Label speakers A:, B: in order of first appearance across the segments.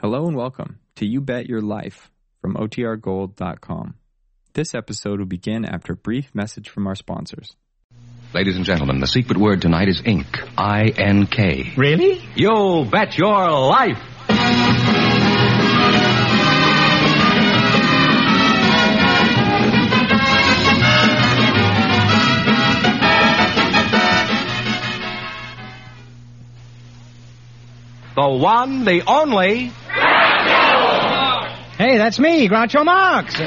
A: Hello and welcome to You Bet Your Life from OTRGold.com. This episode will begin after a brief message from our sponsors.
B: Ladies and gentlemen, the secret word tonight is ink. I N K.
C: Really?
B: You bet your life. The one, the only.
C: Hey, that's me, Groucho Marx.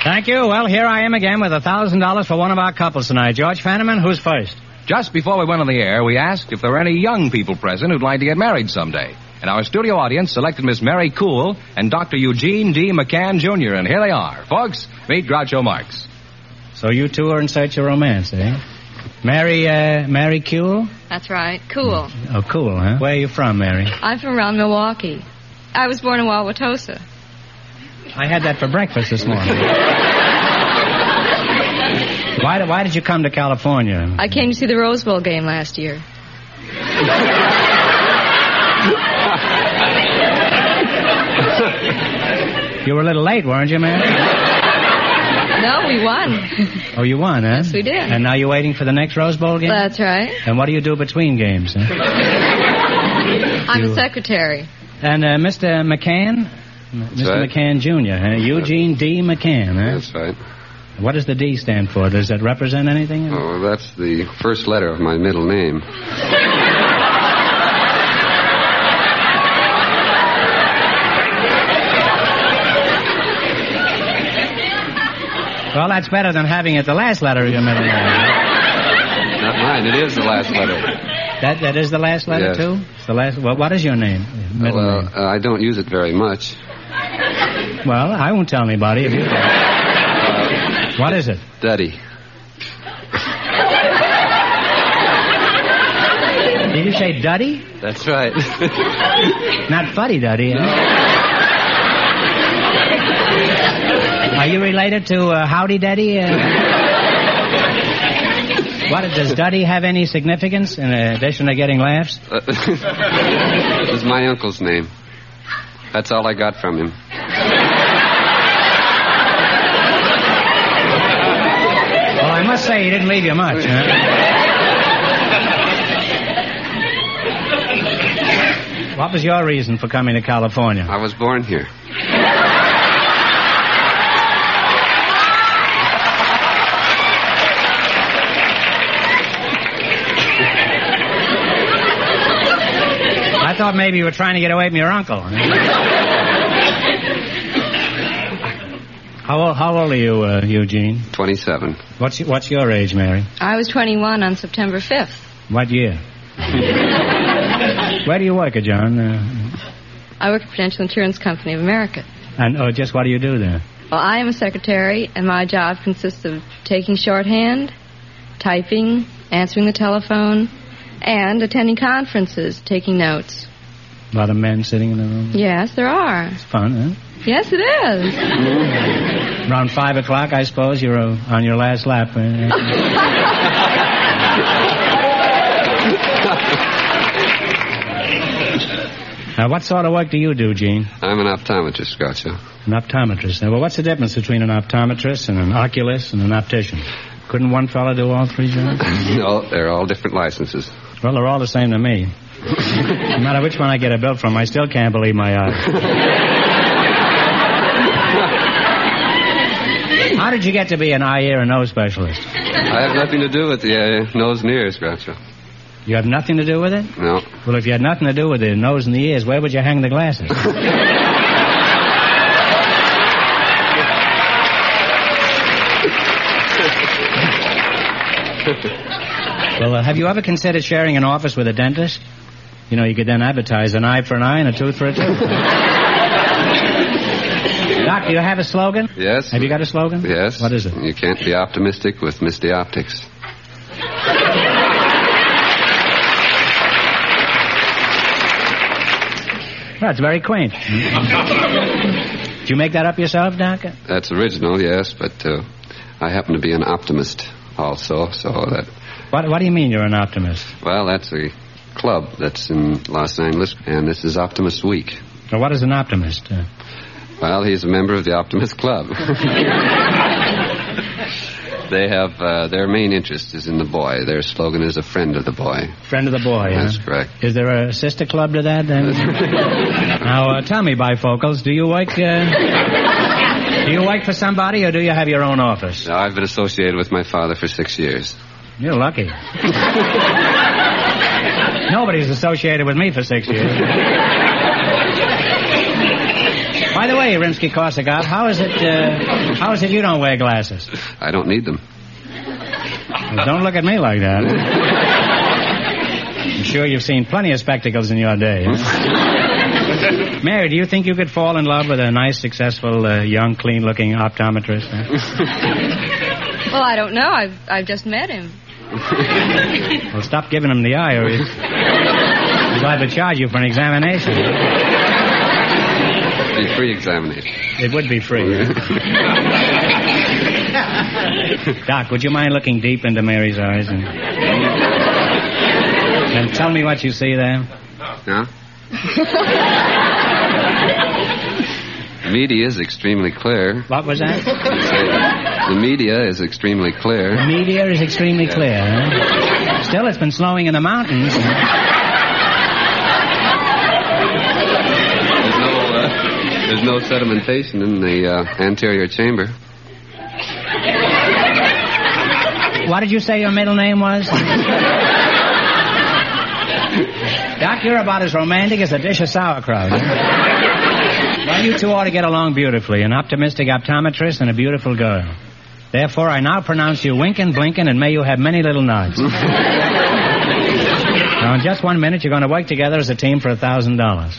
C: Thank you. Well, here I am again with a thousand dollars for one of our couples tonight. George Fanneman, who's first?
B: Just before we went on the air, we asked if there were any young people present who'd like to get married someday. And our studio audience selected Miss Mary Cool and Dr. Eugene D. McCann, Jr., and here they are. Folks, meet Groucho Marx.
C: So you two are in search of romance, eh? Mary, uh, Mary Kuehl?
D: That's right. Cool.
C: Oh, cool, huh? Where are you from, Mary?
D: I'm from around Milwaukee. I was born in Wauwatosa.
C: I had that for breakfast this morning. why, why did you come to California?
D: I came to see the Rose Bowl game last year.
C: You were a little late, weren't you, man?
D: No, we won.
C: Oh, you won, huh?
D: Yes, we did.
C: And now you're waiting for the next Rose Bowl game?
D: That's right.
C: and what do you do between games? Huh?
D: I'm
C: You-
D: a secretary.
C: And uh, Mr. McCann? Mr.
E: right.
C: McCann Jr., huh? Eugene D. McCann, huh?
E: That's right.
C: What does the D stand for? Does that represent anything?
E: Oh, that's the first letter of my middle name.
C: Well, that's better than having it the last letter of your middle name.
E: Not mine. It is the last letter.
C: That, that is the last letter,
E: Yes.
C: too? It's the last. Well, what is your name? Middle
E: well,
C: name.
E: uh, I don't use it very much.
C: Well, I won't tell anybody. If you...
E: Uh,
C: what is it?
E: Duddy.
C: Did you say Duddy?
E: That's right.
C: Not Fuddy Duddy. eh? Are you related to uh, Howdy Duddy? Uh... What does Duddy have any significance in addition to getting laughs?
E: it was my uncle's name. That's all I got from him.
C: Well, I must say he didn't leave you much. Huh? What was your reason for coming to California?
E: I was born here.
C: I thought maybe you were trying to get away from your uncle. How old, how old are you, uh, Eugene?
E: 27.
C: What's your, what's your age, Mary?
D: I was 21 on September 5th.
C: What year? Where do you work, uh, John? Uh,
D: I work at Prudential Insurance Company of America.
C: and oh, just what do you do there?
D: Well, I am a secretary, and my job consists of taking shorthand, typing, answering the telephone, and attending conferences, taking notes.
C: A lot of men sitting in the room.
D: Yes, there are.
C: Fun, huh?
D: Yes, it is.
C: Around five o'clock, I suppose you're uh, on your last lap. uh, now, uh, what sort of work do you do, Gene?
E: I'm an optometrist, Groucho.
C: An optometrist. Now, well, what's the difference between an optometrist and an oculist and an optician? Couldn't one fella do all three jobs?
E: no, they're all different licenses.
C: Well, they're all the same to me. no matter which one I get a bill from, I still can't believe my eyes. How did you get to be an eye, ear, and nose specialist?
E: I have nothing to do with the uh, nose and ears, Groucho.
C: You have nothing to do with it?
E: No.
C: Well, if you had nothing to do with the nose and the ears, where would you hang the glasses? well, uh, have you ever considered sharing an office with a dentist? You know, you could then advertise an eye for an eye and a tooth for a tooth. Doc, do you have a slogan?
E: Yes?
C: Have you got a slogan?
E: Yes.
C: What is it?
E: You can't be optimistic with misty optics.
C: Well, it's very quaint. Did you make that up yourself, Doc?
E: That's original, yes, but uh, I happen to be an optimist also, so that,
C: What, what do you mean you're an optimist?
E: well, that's a club that's in Los Angeles, and this is Optimist Week.
C: Now, what is an optimist? Uh,
E: Well, he's a member of the Optimist Club. they have, uh, their main interest is in the boy. Their slogan is a friend of the boy.
C: friend of the boy. huh?
E: That's correct.
C: Is there a sister club to that? Then? now, uh, tell me, bifocals, do you work? Uh, do you work for somebody, or do you have your own office?
E: Now, I've been associated with my father for six years.
C: You're lucky. Nobody's associated with me for six years. By the way, Rimsky Korsakov, how is it? Uh, how is it you don't wear glasses?
E: I don't need them.
C: Don't look at me like that. I'm sure you've seen plenty of spectacles in your day. huh? Mary, do you think you could fall in love with a nice, successful, uh, young, clean-looking optometrist? huh?
D: Well, I don't know. I've, I've just met him.
C: Well, stop giving him the eye, or he's, he's liable to charge you for an examination.
E: Be free examination.
C: It would be free. Doc, would you mind looking deep into Mary's eyes and, and tell me what you see there?
E: Huh? media is extremely clear.
C: What was that?
E: The media is extremely
C: The
E: clear.
C: meteor is extremely clear. Huh? Still, it's been snowing in the mountains.
E: There's no, uh, there's no sedimentation in the uh, anterior chamber.
C: What did you say your middle name was? Doc, you're about as romantic as a dish of sauerkraut. huh? well, you two ought to get along beautifully an optimistic optometrist and a beautiful girl. Therefore, I now pronounce you Winkin' Blinkin', and may you have many little nods. now, in just one minute, you're going to work together as a team for a $1,000.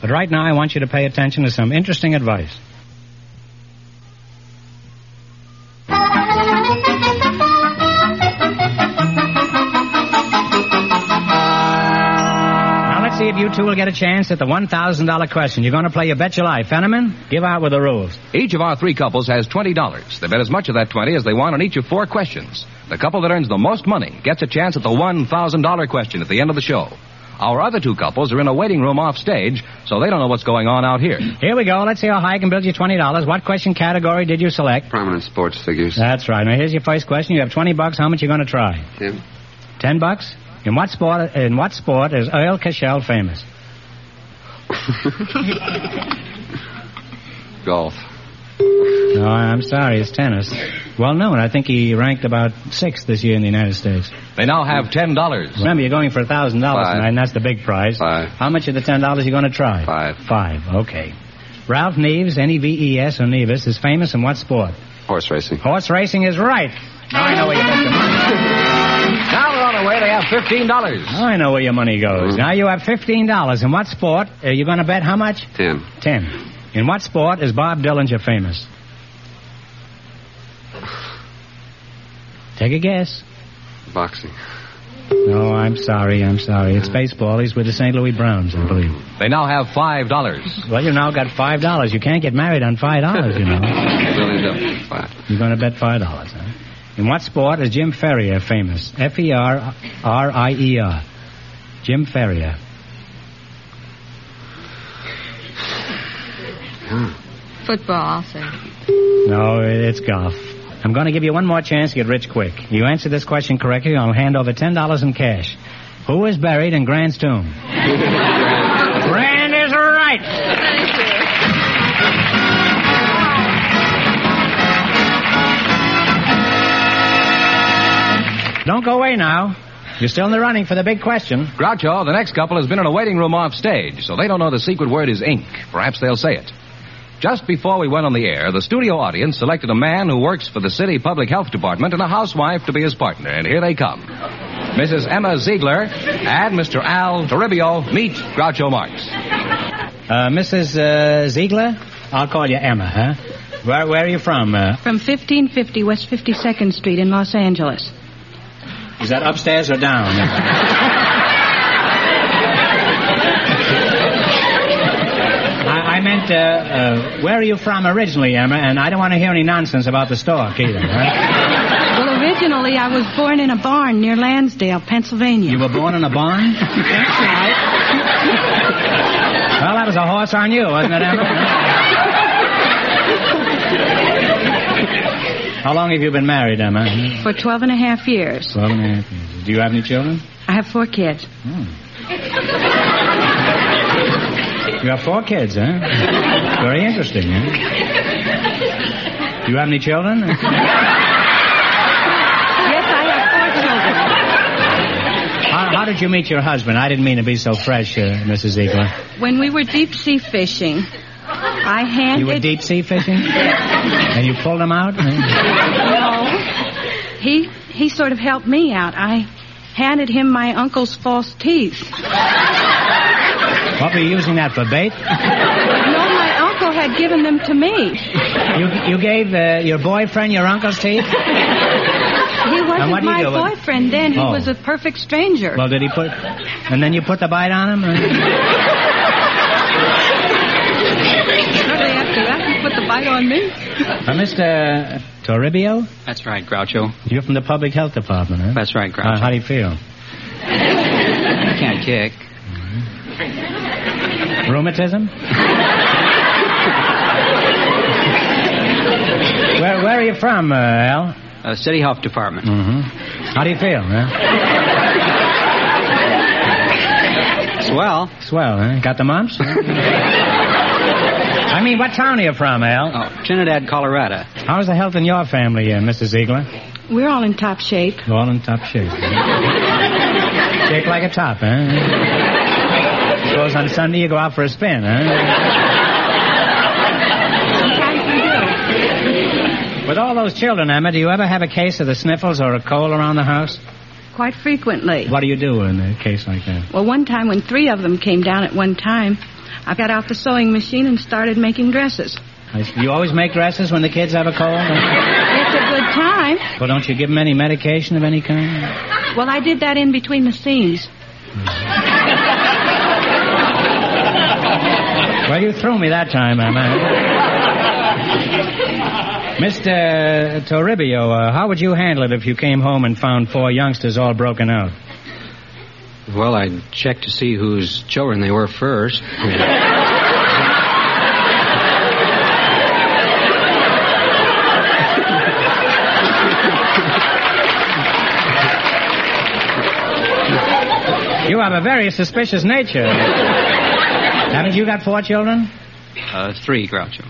C: But right now, I want you to pay attention to some interesting advice. Now let's see if you two will get a chance at the $1,000 question. You're going to play your bet your life. Fenneman, give out with the rules.
B: Each of our three couples has $20. They bet as much of that 20 as they want on each of four questions. The couple that earns the most money gets a chance at the $1,000 question at the end of the show. Our other two couples are in a waiting room off stage, so they don't know what's going on out here.
C: Here we go. Let's see how high I can build you $20. What question category did you select?
E: Prominent sports figures.
C: That's right. Now here's your first question. You have 20 bucks. How much you going to try?
E: Tim?
C: 10 bucks? In what sport in what sport is Earl Cashel famous?
E: Golf.
C: No, Oh, I'm sorry, it's tennis. Well known. I think he ranked about sixth this year in the United States.
B: They now have $10.
C: Remember, you're going for a thousand dollars
E: Five.
C: tonight, and that's the big prize.
E: Five.
C: How much of the ten dollars you going to try?
E: Five.
C: Five. Okay. Ralph Neves, E N-E-V-E-S or Nevis, is famous in what sport?
E: Horse racing.
C: Horse racing is right. Now I know where your money.
B: Now they're on their way. They have $15.
C: Now I know where your money goes. Now you have fifteen dollars. In what sport are you going to bet? How much?
E: Ten.
C: Ten. In what sport is Bob Dillinger famous? Take a guess.
E: Boxing.
C: No, I'm sorry. I'm sorry. It's baseball. He's with the St. Louis Browns, I believe.
B: They now have $5.
C: Well, you now got five dollars. You can't get married on five dollars, you know.
E: We'll end up with five.
C: You're going to bet five dollars, huh? In what sport is Jim Ferrier famous? F E R R I E R. Jim Ferrier.
D: Football, I'll say.
C: No, it's golf. I'm going to give you one more chance to get rich quick. You answer this question correctly, I'll hand over ten dollars in cash. Who is buried in Grant's tomb? Grant is right. Don't go away now. You're still in the running for the big question.
B: Groucho, the next couple, has been in a waiting room off stage, so they don't know the secret word is ink. Perhaps they'll say it. Just before we went on the air, the studio audience selected a man who works for the city public health department and a housewife to be his partner, and here they come. Mrs. Emma Ziegler and Mr. Al Toribio meet Groucho Marx.
C: Uh, Mrs. Uh, Ziegler, I'll call you Emma, huh? Where, where are you from? Uh,
F: From 1550 West 52nd Street in Los Angeles.
C: Is that upstairs or down? now, I meant Kent, uh, uh, where are you from originally, Emma? And I don't want to hear any nonsense about the stork either. Huh?
D: Well, originally I was born in a barn near Lansdale, Pennsylvania.
C: You were born in a barn?
D: That's right.
C: Well, that was a horse on you, wasn't it, Emma? How long have you been married, Emma?
D: For 12 and a half years.
C: Twelve and a half years. Do you have any children?
D: I have four kids.
C: You have four kids, huh? Very interesting, huh? Do you have any children? How,
D: Yes, I have four
C: how did you meet your husband? I didn't mean to be so fresh, uh, Mrs. Ziegler.
D: children. When we were deep sea fishing, I handed.
C: You were deep sea fishing? And you pulled him out?
D: No. He he sort of helped me out. I handed him my uncle's false teeth.
C: What were you using that for bait?
D: No, my uncle had given them to me.
C: You, you gave uh, your boyfriend your uncle's teeth?
D: He
C: what
D: wasn't
C: do you
D: my
C: do with-
D: boyfriend then. He
C: Oh.
D: was a perfect stranger.
C: Well, did he put. And then you put the bite on him?
D: Shortly after that, he put the bite on me.
C: Uh, Mr. Toribio?
G: That's right, Groucho.
C: You're from the Public Health Department, huh?
G: That's right,
C: Uh,
G: Groucho.
C: how do you feel?
G: I can't kick.
C: Rheumatism? where, where are you from, uh, Al?
G: Uh, City Health Department.
C: Mm-hmm. How do you feel, huh?
G: Swell.
C: Swell, huh? Got the mumps? I mean, what town are you from, Al?
G: Oh, Trinidad, Colorado.
C: How's the health in your family, uh, Mrs. Ziegler?
D: We're all in top shape.
C: All in top shape. shape like a top, huh? Suppose on Sunday you go out for a spin, huh?
D: Sometimes we do.
C: With all those children, Emma, do you ever have a case of the sniffles or a cold around the house?
D: Quite frequently.
C: What do you do in a case like that?
D: Well, one time when three of them came down at one time, I got out the sewing machine and started making dresses.
C: I see. You always make dresses when the kids have a cold?
D: It's a good time.
C: well, don't you give them any medication of any kind?
D: Well, I did that in between the scenes.
C: Well, you threw me that time, Emma. Mr. Toribio, uh, how would you handle it if you came home and found four youngsters all broken out?
G: Well, I'd check to see whose children they were first.
C: You have a very suspicious nature. Haven't you got four children?
G: Uh, three, Groucho.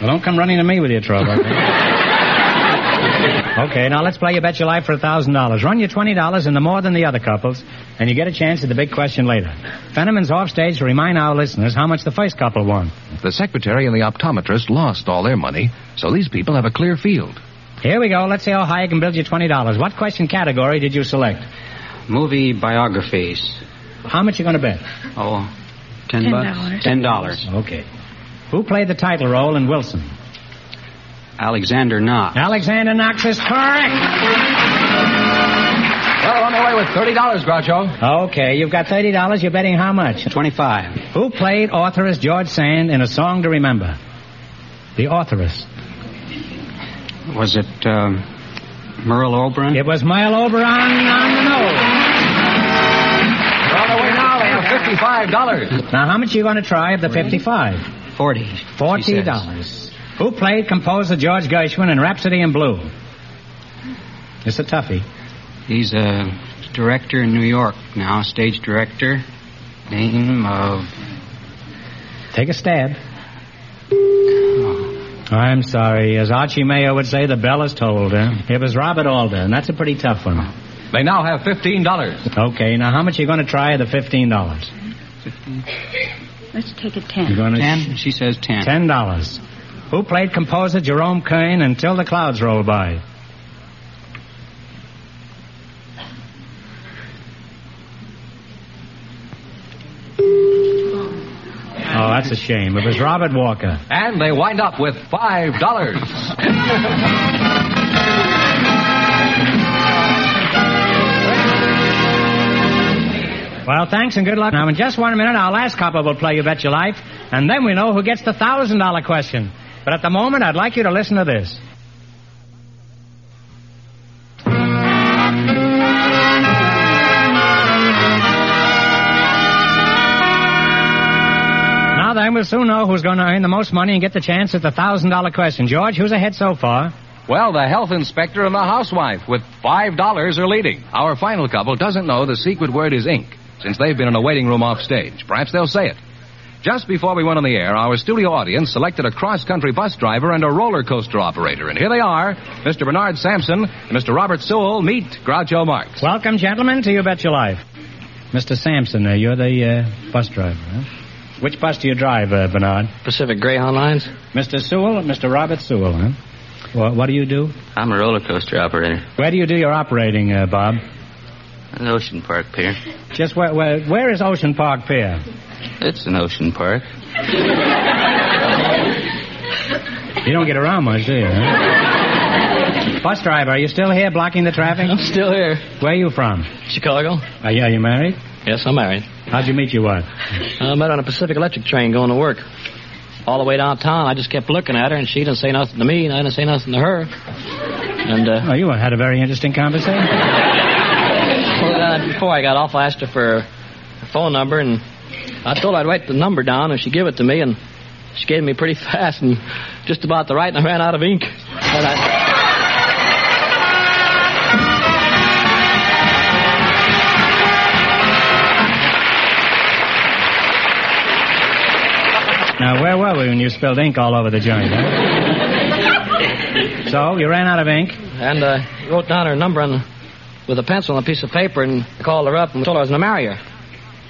C: Well, don't come running to me with your trouble. okay, now let's play You Bet Your Life for a $1,000. Run your $20 into more than the other couples, and you get a chance at the big question later. Fenneman's off stage to remind our listeners how much the first couple won.
B: The secretary and the optometrist lost all their money, so these people have a clear field.
C: Here we go. Let's see how high you can build your $20. What question category did you select?
G: Movie biographies.
C: How much you going to bet?
G: Oh, ten bucks? Ten dollars.
C: Okay. Who played the title role in Wilson?
G: Alexander Knopf.
C: Alexander Knox is correct.
B: Well, on the way with $30, Groucho.
C: Okay, you've got $30. You're betting how much?
G: Twenty-five.
C: Who played authoress George Sand in A Song to Remember? The authoress.
G: Was it um, Merle Oberon?
C: It was Mile Oberon on the nose.
B: On the way now, they have $55.
C: Now, how much are you going to try of the 55?
G: Forty. she
C: $40.
G: says.
C: dollars. Who played composer George Gershwin in Rhapsody in Blue? It's a toughie.
G: He's uh, a director in New York now, stage director. Name of
C: Take a stab. Oh, I'm sorry. As Archie Mayo would say, the bell is tolled. Huh? It was Robert Alder, and that's a pretty tough one.
B: They now have $15.
C: Okay, now how much are you going to try of the $15?
D: Let's take a
C: You're
D: ten.
C: going to
G: ten. She says ten.
C: Ten dollars. Who played composer Jerome Kern until the clouds roll by? Oh, that's a shame. It was Robert Walker.
B: And they wind up with $5.
C: Well, thanks and good luck. Now, in just one minute, our last couple will play You Bet Your Life, and then we know who gets the $1,000 question. But at the moment, I'd like you to listen to this. Now then, we'll soon know who's going to earn the most money and get the chance at the $1,000 question. George, who's ahead so far?
B: Well, the health inspector and the housewife with $5 are leading. Our final couple doesn't know the secret word is ink, since they've been in a waiting room off stage. Perhaps they'll say it. Just before we went on the air, our studio audience selected a cross country bus driver and a roller coaster operator. And here they are Mr. Bernard Sampson and Mr. Robert Sewell meet Groucho Marx.
C: Welcome, gentlemen, to You Bet Your Life. Mr. Sampson, uh, you're the uh, bus driver, huh? Which bus do you drive, uh, Bernard?
G: Pacific Greyhound Lines?
C: Mr. Sewell, Mr. Robert Sewell, huh? Wha what do you do?
G: I'm a roller coaster operator.
C: Where do you do your operating, uh, Bob?
G: An ocean park pier.
C: Just where, where, where is Ocean Park Pier?
G: It's an ocean park.
C: You don't get around much, do you? huh? Bus driver, are you still here blocking the traffic?
G: Still here.
C: Where are you from?
G: Chicago?
C: Are you, are you married?
G: Yes, I'm married.
C: How'd you meet your wife?
G: I met on a Pacific Electric train going to work. All the way downtown, I just kept looking at her, and she didn't say nothing to me, and I didn't say nothing to her. And uh,
C: Oh, you had a very interesting conversation.
G: well, uh, before I got off, I asked her for her phone number, and I told her I'd write the number down, and she'd give it to me, and she gave me pretty fast, and just about the right, and I ran out of ink. And I...
C: Now, where were we when you spilled ink all over the joint? Huh? so, you ran out of ink.
G: and uh, wrote down her number on, with a pencil on a piece of paper and I called her up and told her I was going to marry her.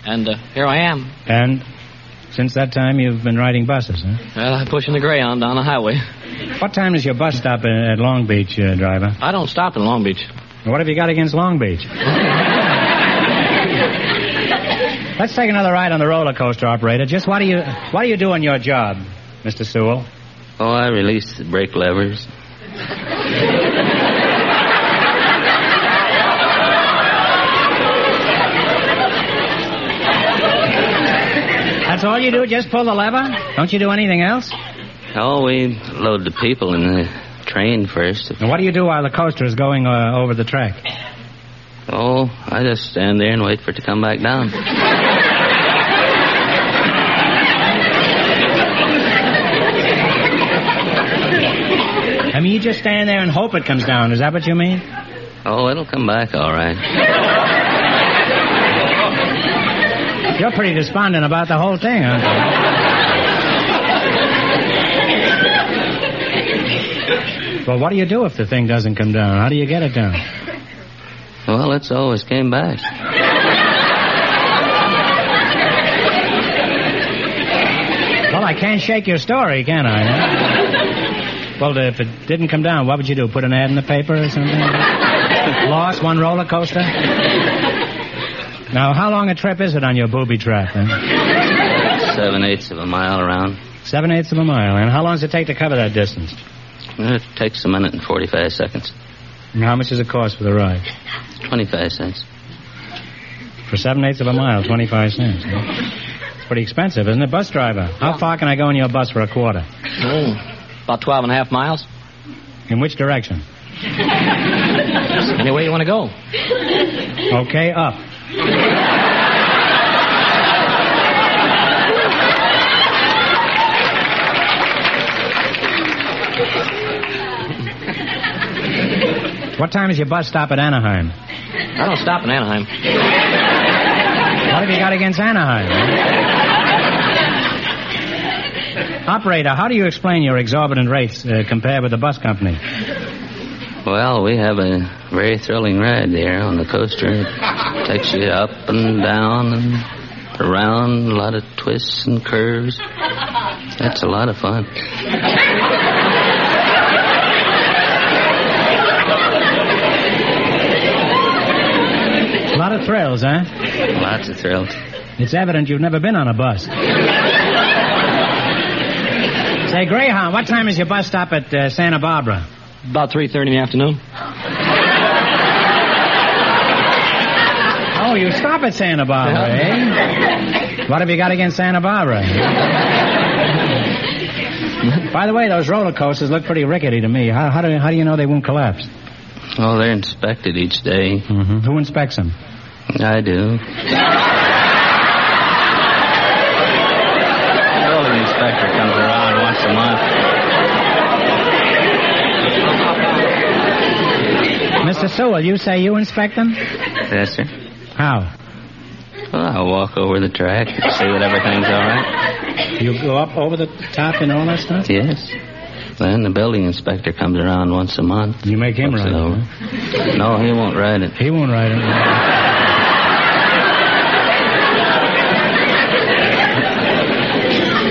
G: And uh, here I am.
C: And since that time, you've been riding buses, huh?
G: Well, I'm uh, pushing the Greyhound down the highway.
C: What time is your bus stop in, at Long Beach, uh, driver?
G: I don't stop in Long Beach.
C: What have you got against Long Beach? Let's take another ride on the roller coaster, operator. Just what do you what do you do on your job, Mr. Sewell?
G: Oh, I release the brake levers.
C: That's all you do? Just pull the lever? Don't you do anything else?
G: Oh, we load the people in the train first.
C: And what do you do while the coaster is going uh, over the track?
G: Oh, I just stand there and wait for it to come back down.
C: I mean, you just stand there and hope it comes down. Is that what you mean?
G: Oh, it'll come back all right.
C: You're pretty despondent about the whole thing, aren't you? well, what do you do if the thing doesn't come down? How do you get it down?
G: Well, it's always came back.
C: Well, I can't shake your story, can I? huh? well, if it didn't come down, what would you do? Put an ad in the paper or something? Lost one roller coaster? Now, how long a trip is it on your booby trap? Huh?
G: Seven eighths of a mile around.
C: Seven eighths of a mile. And how long does it take to cover that distance?
G: It takes a minute and 45 seconds.
C: And how much does it cost for the ride?
G: 25 cents.
C: For seven eighths of a mile, 25 cents. huh? It's pretty expensive, isn't it, bus driver? How far can I go in your bus for a quarter?
G: Oh, about 12 and a half miles.
C: In which direction?
G: Any way you want to go.
C: Okay, up. What time is your bus stop at Anaheim?
G: I don't stop in Anaheim.
C: What have you got against Anaheim? Operator, how do you explain your exorbitant rates uh, compared with the bus company?
G: Well, we have a very thrilling ride there on the coaster. It takes you up and down and around, a lot of twists and curves. That's a lot of fun.
C: A lot of thrills, huh?
G: Lots of thrills.
C: It's evident you've never been on a bus. Say, Greyhound, what time is your bus stop at uh, Santa Barbara?
G: About 3.30 in the afternoon.
C: Oh, you stop at Santa Barbara, eh? What have you got against Santa Barbara? By the way, those roller coasters look pretty rickety to me. How, how, do, how do you know they won't collapse?
G: Oh, they're inspected each day.
C: Mm-hmm. Who inspects them?
G: I do. The building inspector comes around once a month.
C: Mr. Sewell, you say you inspect them?
G: Yes, sir.
C: How?
G: Well, I'll walk over the track and see that everything's all right.
C: You go up oh. over the top and all that stuff?
G: Yes. Then the building inspector comes around once a month.
C: You make him
G: looks
C: ride
G: it
C: it,
G: over. No, he won't ride it.
C: He won't ride it.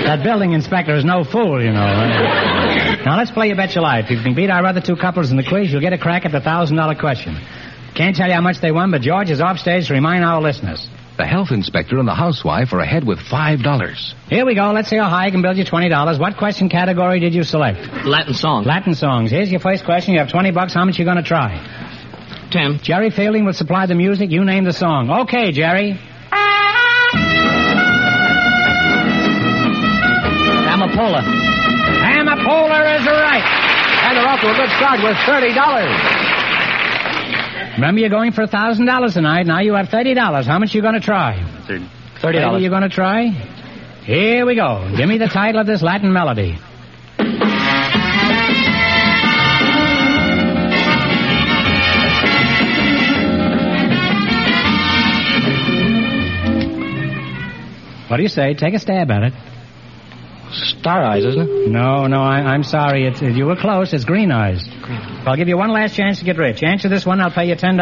C: That building inspector is no fool, you know. huh? Now let's play You Bet Your Life. If you can beat our other two couples in the quiz, you'll get a crack at the thousand dollar question. Can't tell you how much they won, but George is offstage to remind our listeners.
B: The health inspector and the housewife are ahead with five dollars.
C: Here we go. Let's see how high I can build you twenty dollars. What question category did you select?
H: Latin song.
C: Latin songs. Here's your first question. You have twenty bucks. How much you gonna try?
H: Ten.
C: Jerry Fielding will supply the music. You name the song. Okay, Jerry. Amapola. Amapola is right. And they're off to a good start with $30. Remember, you're going for $1,000 tonight. Now you have $30. How much you going to try?
H: Thirty
C: Are you
H: dollars.
C: going to try? Here we go. Give me the title of this Latin melody. What do you say? Take a stab at it.
H: Star Eyes, isn't it?
C: No, no, I, I'm sorry. It's, you were close. It's green eyes. I'll give you one last chance to get rich. Answer this one, I'll pay you $10.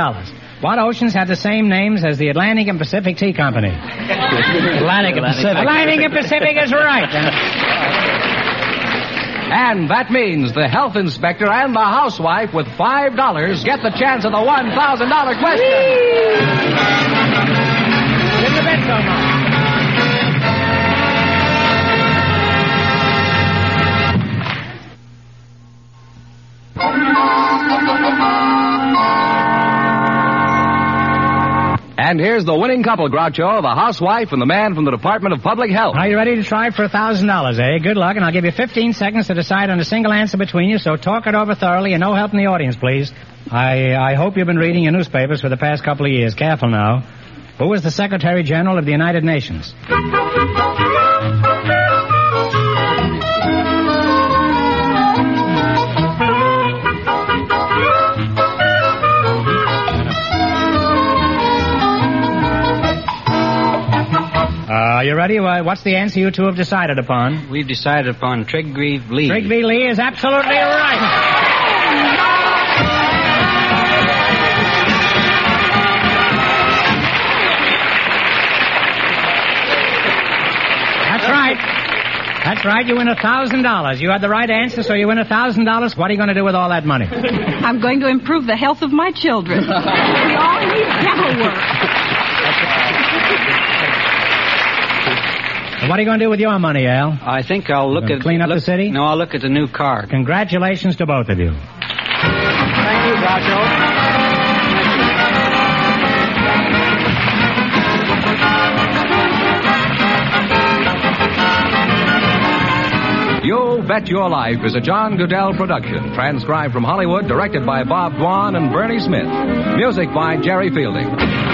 C: What oceans have the same names as the Atlantic and Pacific Tea Company? Atlantic and Pacific. Atlantic and Pacific is right.
B: And that means the health inspector and the housewife with five dollars get the chance of the one thousand dollar question.
C: Give me a bit, Belmont.
B: And here's the winning couple, Groucho, the housewife and the man from the Department of Public Health.
C: Are you ready to try for $1,000, eh? Good luck, and I'll give you 15 seconds to decide on a single answer between you, so talk it over thoroughly and no help in the audience, please. I, I hope you've been reading your newspapers for the past couple of years. Careful now. Who was the Secretary General of the United Nations? Uh, Are you ready? Why, What's the answer you two have decided upon?
H: We've decided upon Trigreave Lee.
C: Rigby Lee is absolutely right. That's right. That's right. You win a thousand dollars. You had the right answer, so you win a thousand dollars. What are you going to do with all that money?
D: I'm going to improve the health of my children. we all need dental work.
C: And what are you going to do with your money, Al?
H: I think I'll look
C: Gonna
H: at
C: clean up
H: look-
C: the city?
H: No, I'll look at the new car.
C: Congratulations to both of you.
H: Thank you, Groucho.
B: You Bet Your Life is a John Goodell production, transcribed from Hollywood, directed by Bob Dwan and Bernie Smith. Music by Jerry Fielding.